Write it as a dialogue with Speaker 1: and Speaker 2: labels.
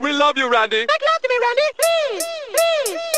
Speaker 1: We love you, Randy.
Speaker 2: Make love to me, Randy. Please, please.